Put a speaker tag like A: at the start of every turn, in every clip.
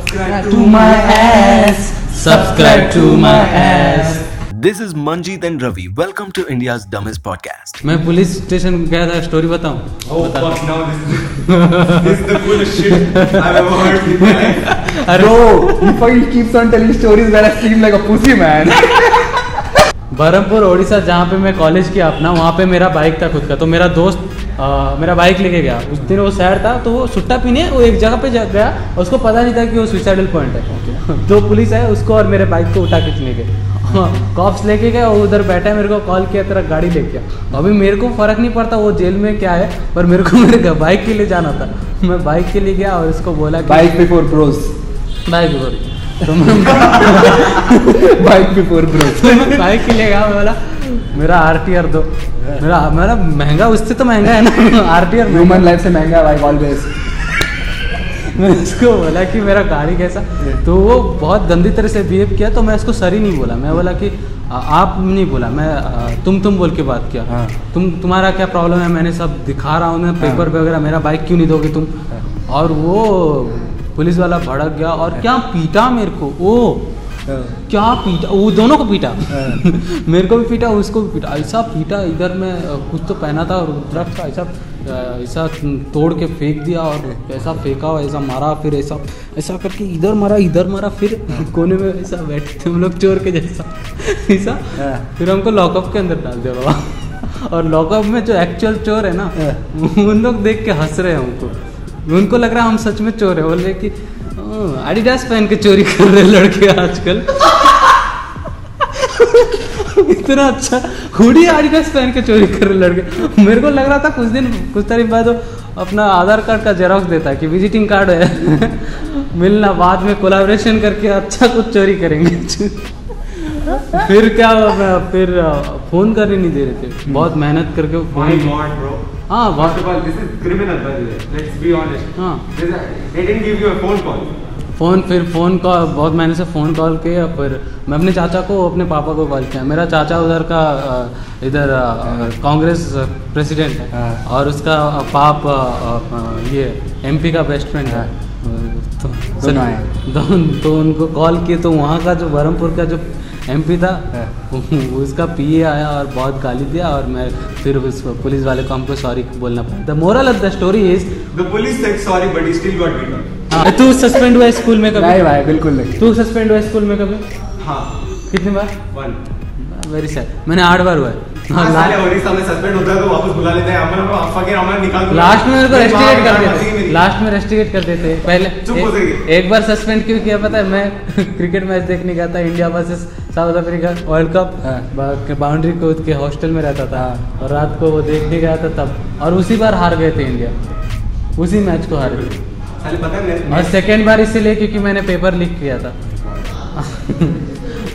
A: Subscribe to
B: Oh,
A: my ass. Subscribe to my ass.
C: This is Manjeet and Ravi. Welcome to India's Dumbest Podcast.
B: मैं police station गया था story बताऊं
A: Oh fuck! Now this is the, this is the coolest shit I've ever heard in my life.
D: Bro, he fucking keeps on telling stories that I seem like a pussy man.
B: Baharampur Odisha जहाँ पे मैं college किया अपना वहाँ पे मेरा bike था खुद का तो मेरा दोस्त अ, मेरा बाइक लेके गया उस दिन वो सैर था तो वो सुट्टा पीने वो एक जगह पे जा गया और उसको पता नहीं था कि वो सुसाइडल पॉइंट है तो पुलिस आए उसको और मेरे बाइक को उठा के चले गए कॉप्स लेके गए और उधर बैठा है मेरे को कॉल किया तेरा गाड़ी लेके आ। अभी मेरे को फर्क नहीं पड़ता वो जेल में क्या है पर मेरे को मेरे घर- बाइक के लिए जाना था मैं बाइक के लिए गया और इसको बोला कि-
D: Bike before bros.
B: बाइक ऊपर। तो मैं
D: Bike before bros.
B: तो मैं बाइक के लिए गया मैं बोला मेरा आर टी आर दो मेरा मेरा महंगा उससे तो महंगा है ना R T R
D: Human life से महंगा bike always.
B: मैंने उसको बोला कि मेरा गाड़ी कैसा तो वो बहुत गंदी तरह से बिहेव किया तो मैं उसको सर ही नहीं बोला मैं बोला कि "आ- आप नहीं बोला मैं आ, तुम तुम बोल के बात किया
D: हाँ।
B: तुम तुम्हारा क्या प्रॉब्लम है मैंने सब दिखा रहा हूँ मैं पेपर
D: हाँ।
B: वगैरह मेरा बाइक क्यों नहीं दोगे तुम और वो पुलिस वाला भड़क गया
D: हाँ।
B: और क्या पीटा मेरे को ओ क्या पीटा वो दोनों को पीटा मेरे को भी पीटा उसको भी पीटा ऐसा पीटा इधर में अ, कुछ तो पहना था रुद्राक्ष का ऐसा अ, ऐसा तोड़ के फेंक दिया और ऐसा फेंका और ऐसा मारा फिर ऐसा ऐसा करके इधर मारा इधर मारा फिर कोने में ऐसा बैठे थे हम लोग चोर के जैसा ऐसा
D: हाँ।
B: फिर हमको लॉकअप के अंदर डाल दिया बाबा और लॉकअप में जो एक्चुअल चोर है ना उन लोग देख के हंस रहे हैं हमको उनको लग रहा है हम सच में चोर है बोले कि एडिडास पहन के चोरी कर रहे हैं लड़के आजकल इतना अच्छा हुडी एडिडास पहन के चोरी कर रहे लड़के मेरे को लग रहा था कुछ दिन कुछ तारीख बाद वो अपना आधार कार्ड का जेरोक्स देता है कि विजिटिंग कार्ड है मिलना बाद में कोलाबोरेशन करके अच्छा कुछ चोरी करेंगे फिर क्या हुआ, फिर फोन करने नहीं दे रहे थे बहुत मेहनत करके
A: My
B: फोन
A: God, bro.
B: हाँ
A: First
B: वहाँ-
A: of all, this is criminal, by the way. Let's be honest.
B: हाँ
A: This is- they didn't give you a phone call.
B: Phone फिर फ़ोन कॉल बहुत मैंने से फ़ोन कॉल किया पर मैं अपने चाचा को अपने पापा को कॉल किया मेरा चाचा उधर का अ, इधर अ, अ, कांग्रेस प्रेसिडेंट है
D: हाँ।
B: और उसका अ, पाप अ, अ, अ, ये एमपी का बेस्ट फ्रेंड है तो
D: हाँ। दोनों हैं।
B: दोन- तो उनको कॉल किए तो वहाँ का जो बहरमपुर का जो एमपी था
D: हाँ।
B: उसका पीए आया और बहुत गाली दिया और मैं फिर उस पुलिस वाले को हमको सॉरी बोलना पड़ा the moral of the story is
A: The police said sorry, but he still got beat up.
B: हाँ। तू सस्पेंड हुआ स्कूल में कभी
D: नहीं भाई बिल्कुल नहीं.
B: तू सस्पेंड हुआ स्कूल में कभी
A: हाँ,
B: कितनी बार
A: one.
B: वेरी सैड मैंने आठ बार हुआ है
A: हाँ,
B: और
A: साले
B: ला-
A: उड़ीसा में सस्पेंड होता है तो वापस बुला लेते हैं अमन को फकिंग अमन निकाल दो
B: लास्ट में मेरे को
A: मेरी माँ
B: रेस्टिकेट कर
A: गाली मारती
B: देते
A: है
B: थे।
A: मेरी।
B: लास्ट में रेस्टिकेट कर देते थे। पहले
A: चुप हो
B: एक,
A: जाइए।
B: एक बार सस्पेंड क्यों किया पता है मैं क्रिकेट मैच देखने गया था India versus South Africa world
D: हाँ।
B: कप बाउंड्री कोच के हॉस्टल में रहता था
D: हाँ।
B: और रात को वो देखने गया था तब और उसी बार हार गए थे इंडिया उसी मैच को हार गए
A: साले पता है
B: और
A: मैं-
B: सेकेंड बार इसीलिए क्योंकि मैंने पेपर लीक किया था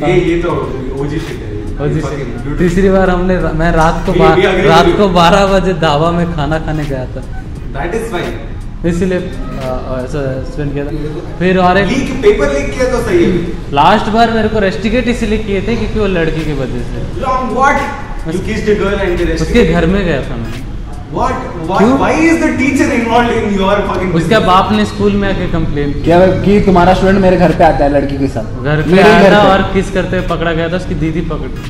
A: ये ये तो ओजी शिट है ये।
B: और
A: ये
B: तीसरी-
A: fucking beautiful.
B: तीसरी बार हमने मैं रात को
A: We-
B: बा-
A: we agree with
B: रात
A: you.
B: को बारह बजे धावा में खाना खाने गया था
A: That is fine.
B: इसीलिए अ, अ, ऐसा स्पेंड किया था फिर और एक
A: Leak- paper leak किया तो सही है
B: लास्ट बार मेरे को रेस्टिकेट इसलिए किए थे क्योंकि वो लड़की की वजह से
A: Long what? You kissed a girl and they
B: उसके
A: arrested
B: घर
A: you.
B: में गया था मैं
A: What? Why?
B: क्यों?
A: Why is the teacher involved in your fucking?
B: उसके
A: business?
B: बाप ने स्कूल में आके कंप्लेन की
D: क्या कि तुम्हारा स्टूडेंट मेरे घर पे आता है लड़की के साथ.
B: घर पे
D: मेरे
B: आया
D: घर
B: था
D: पे.
B: और किस करते हुए पकड़ा गया था उसकी दीदी पकड़ गई।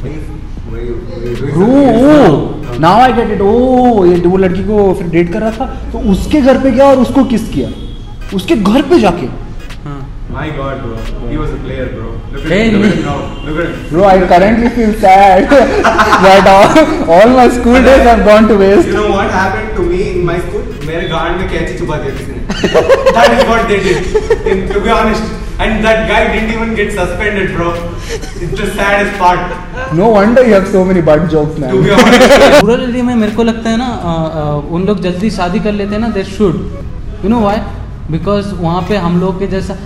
A: Were you- were you doing
D: Bro,
A: something else?
D: oh, now I get it. Oh, ये वो लड़की को फिर डेट कर रहा था तो उसके घर पे गया और उसको किस किया उसके घर पे जाके
B: हाँ
A: My God, bro. He was a player, bro. Look at
B: Hey,
A: him. Look at
B: me.
A: him now. Look at him.
D: Bro, I currently feel sad that all, all my school days have gone to
A: You
D: waste.
A: know what happened to me in my school? मेरे guard में कैची छुपा दिया किसी ने. That is what they did. In, to be honest, and that guy didn't even get suspended, bro. It's the saddest part.
D: No wonder you have so many butt jokes, man.
A: To be honest.
B: Rural area में मेरे को लगता है ना अ, अ, उन लोग जल्दी शादी कर लेते हैं ना they should you know why because वहाँ पे हम लोग के जैसा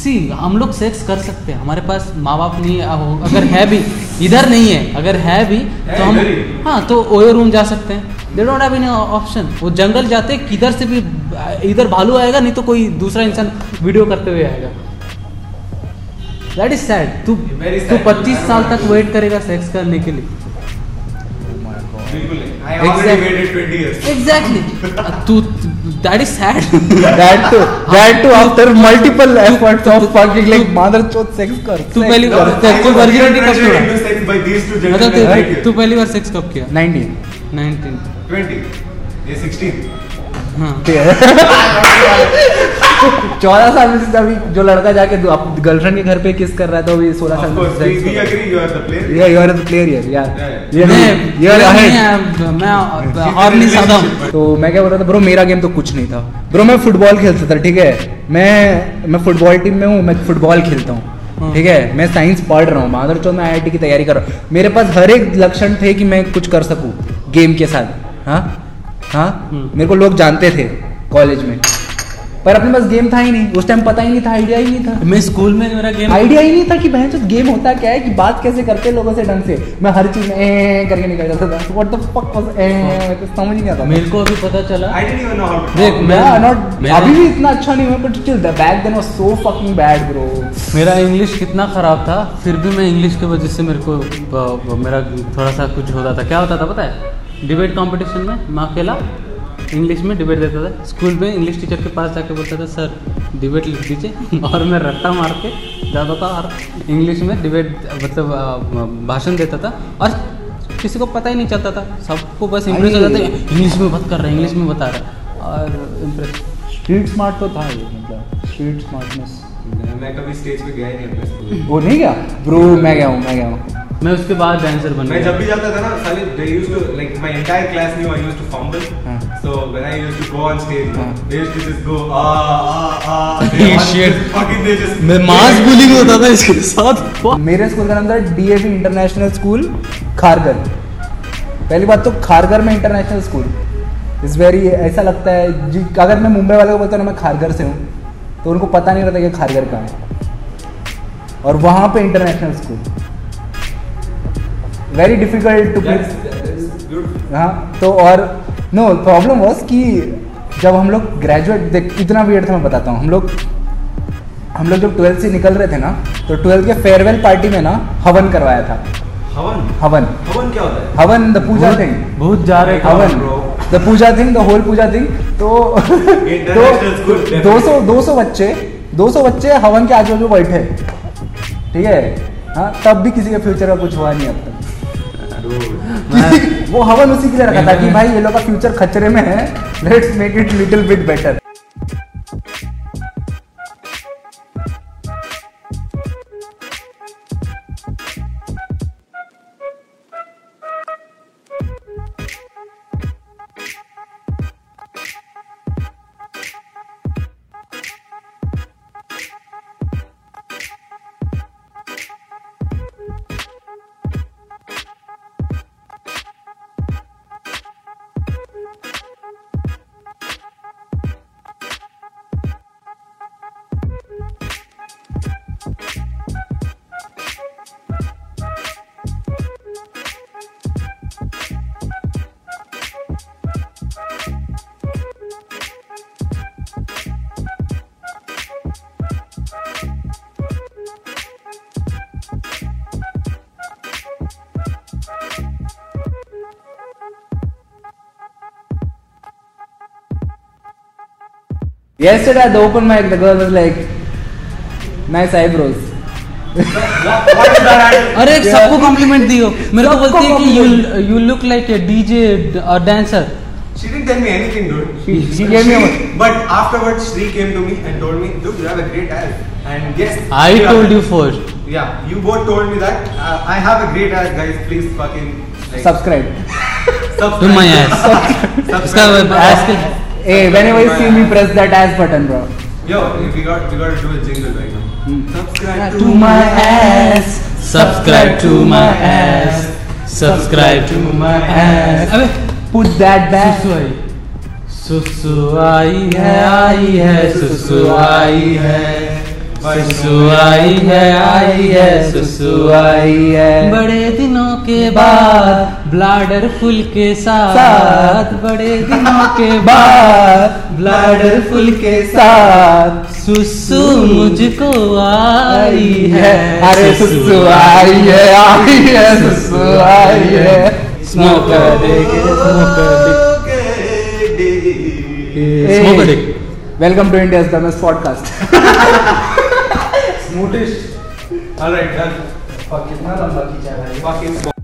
B: सी हम लोग सेक्स कर सकते हैं हमारे पास माँ बाप नहीं है, अ, अगर है भी इधर नहीं है अगर है भी तो हम
A: इधर ही।
B: हाँ तो ओयो रूम जा सकते हैं they don't have any option वो जंगल जाते हैं, किधर से भी अ, इधर भालू आएगा नहीं तो कोई दूसरा इंसान वीडियो करते हुए आएगा दैट इज सैड तू
A: Very
B: तू
A: sad.
B: 25 साल तक वेट करेगा सेक्स करने के लिए
A: बिल्कुल नहीं. I already
B: Exact-
A: waited 20 years.
B: Exactly तू that is sad
D: that too that too after multiple efforts of fucking like mother chod sex कर
B: तू
D: sex
B: पहली
D: कर।
B: बार- तेरे को virginity कब मिला?
A: by these two
B: मतलब
A: gentlemen right
B: तू-
A: here.
B: तू पहली बार सेक्स कब किया
D: 19
B: 19
A: 20. ये 16.
B: हाँ
D: चौदह साल में से अभी जो लड़का जाके गर्लफ्रेंड के घर पे किस कर रहा है तो अभी सोलह
A: Of
D: साल
A: course, we, we
D: में
A: agree you are the player.
D: Yeah, you are the player here. Yeah,
A: Yeah.
D: you are,
B: मैं-
D: you are
B: मैं-
D: ahead.
B: मैं और नहीं
A: Relationship.
B: साधा हूँ
D: तो मैं क्या बोल रहा था ब्रो मेरा गेम तो कुछ नहीं था ब्रो मैं फुटबॉल खेलता था ठीक है मैं मैं फुटबॉल टीम में हूँ मैं फुटबॉल खेलता हूँ
B: हाँ।
D: ठीक है मैं साइंस पढ़ रहा हूँ माधर चौथ में आई की तैयारी कर रहा हूँ मेरे पास हर एक लक्षण थे कि मैं कुछ कर सकूँ गेम के साथ हाँ हाँ
B: हम्म।
D: मेरे को लोग जानते थे कॉलेज में पर अपने पास गेम था ही नहीं उस टाइम पता ही नहीं था आइडिया ही नहीं था
B: मैं स्कूल में मेरा गेम
D: आइडिया ही नहीं था कि बहन गेम होता क्या है कि बात कैसे करते हैं लोगों से ढंग से मैं हर चीज में ए करके निकल जाता था what the fuck was a कुछ समझ ही नहीं आता
B: मेरे को अभी पता चला
A: I didn't even know how to
B: देख
A: talk.
B: मैं
D: Yeah, not-
B: मेरा-
D: अभी भी इतना अच्छा नहीं हुआ but still the back then was so fucking bad bro
B: मेरा इंग्लिश कितना ख़राब था फिर भी मैं इंग्लिश की वजह से मेरे को ब- ब- मेरा थोड़ा सा कुछ होता था क्या होता था पता है डिबेट कंपटीशन में मैं अकेला इंग्लिश में डिबेट देता था स्कूल में इंग्लिश टीचर के पास जाके बोलता था सर डिबेट लिख दीजिए और मैं रट्टा मार के जाता था और इंग्लिश में डिबेट मतलब अ, भाषण देता था और किसी को पता ही नहीं चलता था सबको बस इंप्रेस हो जाते
D: अरे।
B: इंग्लिश में बात कर रहा है इंग्लिश में बता रहा है और इम्प्रेस
D: स्ट्रीट स्मार्ट तो था ये मतलब स्ट्रीट स्मार्टनेस
A: मैं कभी स्टेज पे गया ही नहीं अपने स्कूल में।
D: वो नहीं गया ब्रो मैं गया हूँ मैं गया हूँ
B: मैं उसके बाद डांसर बन
A: मैं
B: गया
A: जब भी जाता था ना साले they used to like my entire class knew I used to fumble
D: हाँ।
A: so when I used to go on stage
D: हाँ।
A: they used to just go ah ah ah they all
B: Shit.
A: just fucking they just
B: bullying होता था इसके साथ
D: मेरे school का नाम था E DAV international school Kharghar पहली बात तो खारगर में इंटरनेशनल स्कूल इज वेरी ऐसा लगता है जी अगर मैं मुंबई वाले को बोलता हूँ ना मैं खारगर से हूँ तो उनको पता नहीं रहता कि खारगर कहाँ है और वहाँ पे international school very difficult to
A: That's, that's beautiful.
D: हाँ तो और नो प्रॉब्लम वॉज कि जब हम लोग ग्रेजुएट देख इतना वियर्ड था मैं बताता हूँ हम लोग हम लोग जब ट्वेल्थ से निकल रहे थे ना तो ट्वेल्थ के फेयरवेल पार्टी में ना हवन करवाया था
A: हवन
D: हवन
A: हवन क्या होता है
D: हवन द पूजा थिंग
B: बहुत जा रहे
A: हवन,
D: हवन
A: bro.
D: The puja thing the whole puja thing तो
A: International school, definitely.
D: दो सौ दो सौ बच्चे दो सौ बच्चे हवन के आजू बाजू बैठे ठीक है हाँ तब भी किसी के फ्यूचर का कुछ हुआ नहीं अब तक वो हवन उसी के लिए रखा था कि भाई ये लोग का फ्यूचर खतरे में है let's make it little bit better Yesterday at the open mic, the girl was like, nice eyebrows.
A: What- what is that?
B: अरे
D: Yeah.
B: सबको कॉम्प्लीमेंट दियो मेरे को
D: सबको
B: बोलती है कि you
D: compliment.
B: You look like a DJ और dancer
A: She didn't tell me anything, dude.
D: She- she gave me a-
A: But afterwards, Sri came to me and told me, "Dude, you have a great ass." And yes,
B: I
A: you have
B: told
A: a-
B: you first
A: Yeah, you both told me that. Uh, I have a great ass, guys. Please fucking like,
D: Subscribe.
A: subscribe.
B: To my ass
A: Subscribe.
B: इसका S के
D: Hey, whenever you see me, press that ass button, bro.
A: Yo, we got we got to do a jingle right now. Subscribe
D: To Hmm. my ass.
B: Subscribe to my ass subscribe to my ass अबे
D: Put that back.
B: सुसु आई सुसु आई है आई है सुसु आई है सुसु आई है आई है सुसु आई है बड़े दिनों के बाद ब्लाडर फुल के साथ
D: साथ।
B: बड़े दिनों के बाद
D: बात
B: ब्लाडर फुल के
D: साथ
B: साथ सुसु मुझको आई है
D: हम्म। अरे सुसु आई है आई है सुसु आई है
B: स्मोकर देखे smoker
A: Okay, day.
B: Smoke a dick.
D: Welcome to India's dumbest podcast
A: smoothest alright done
D: कितना लंबा खींचा है
A: बाकी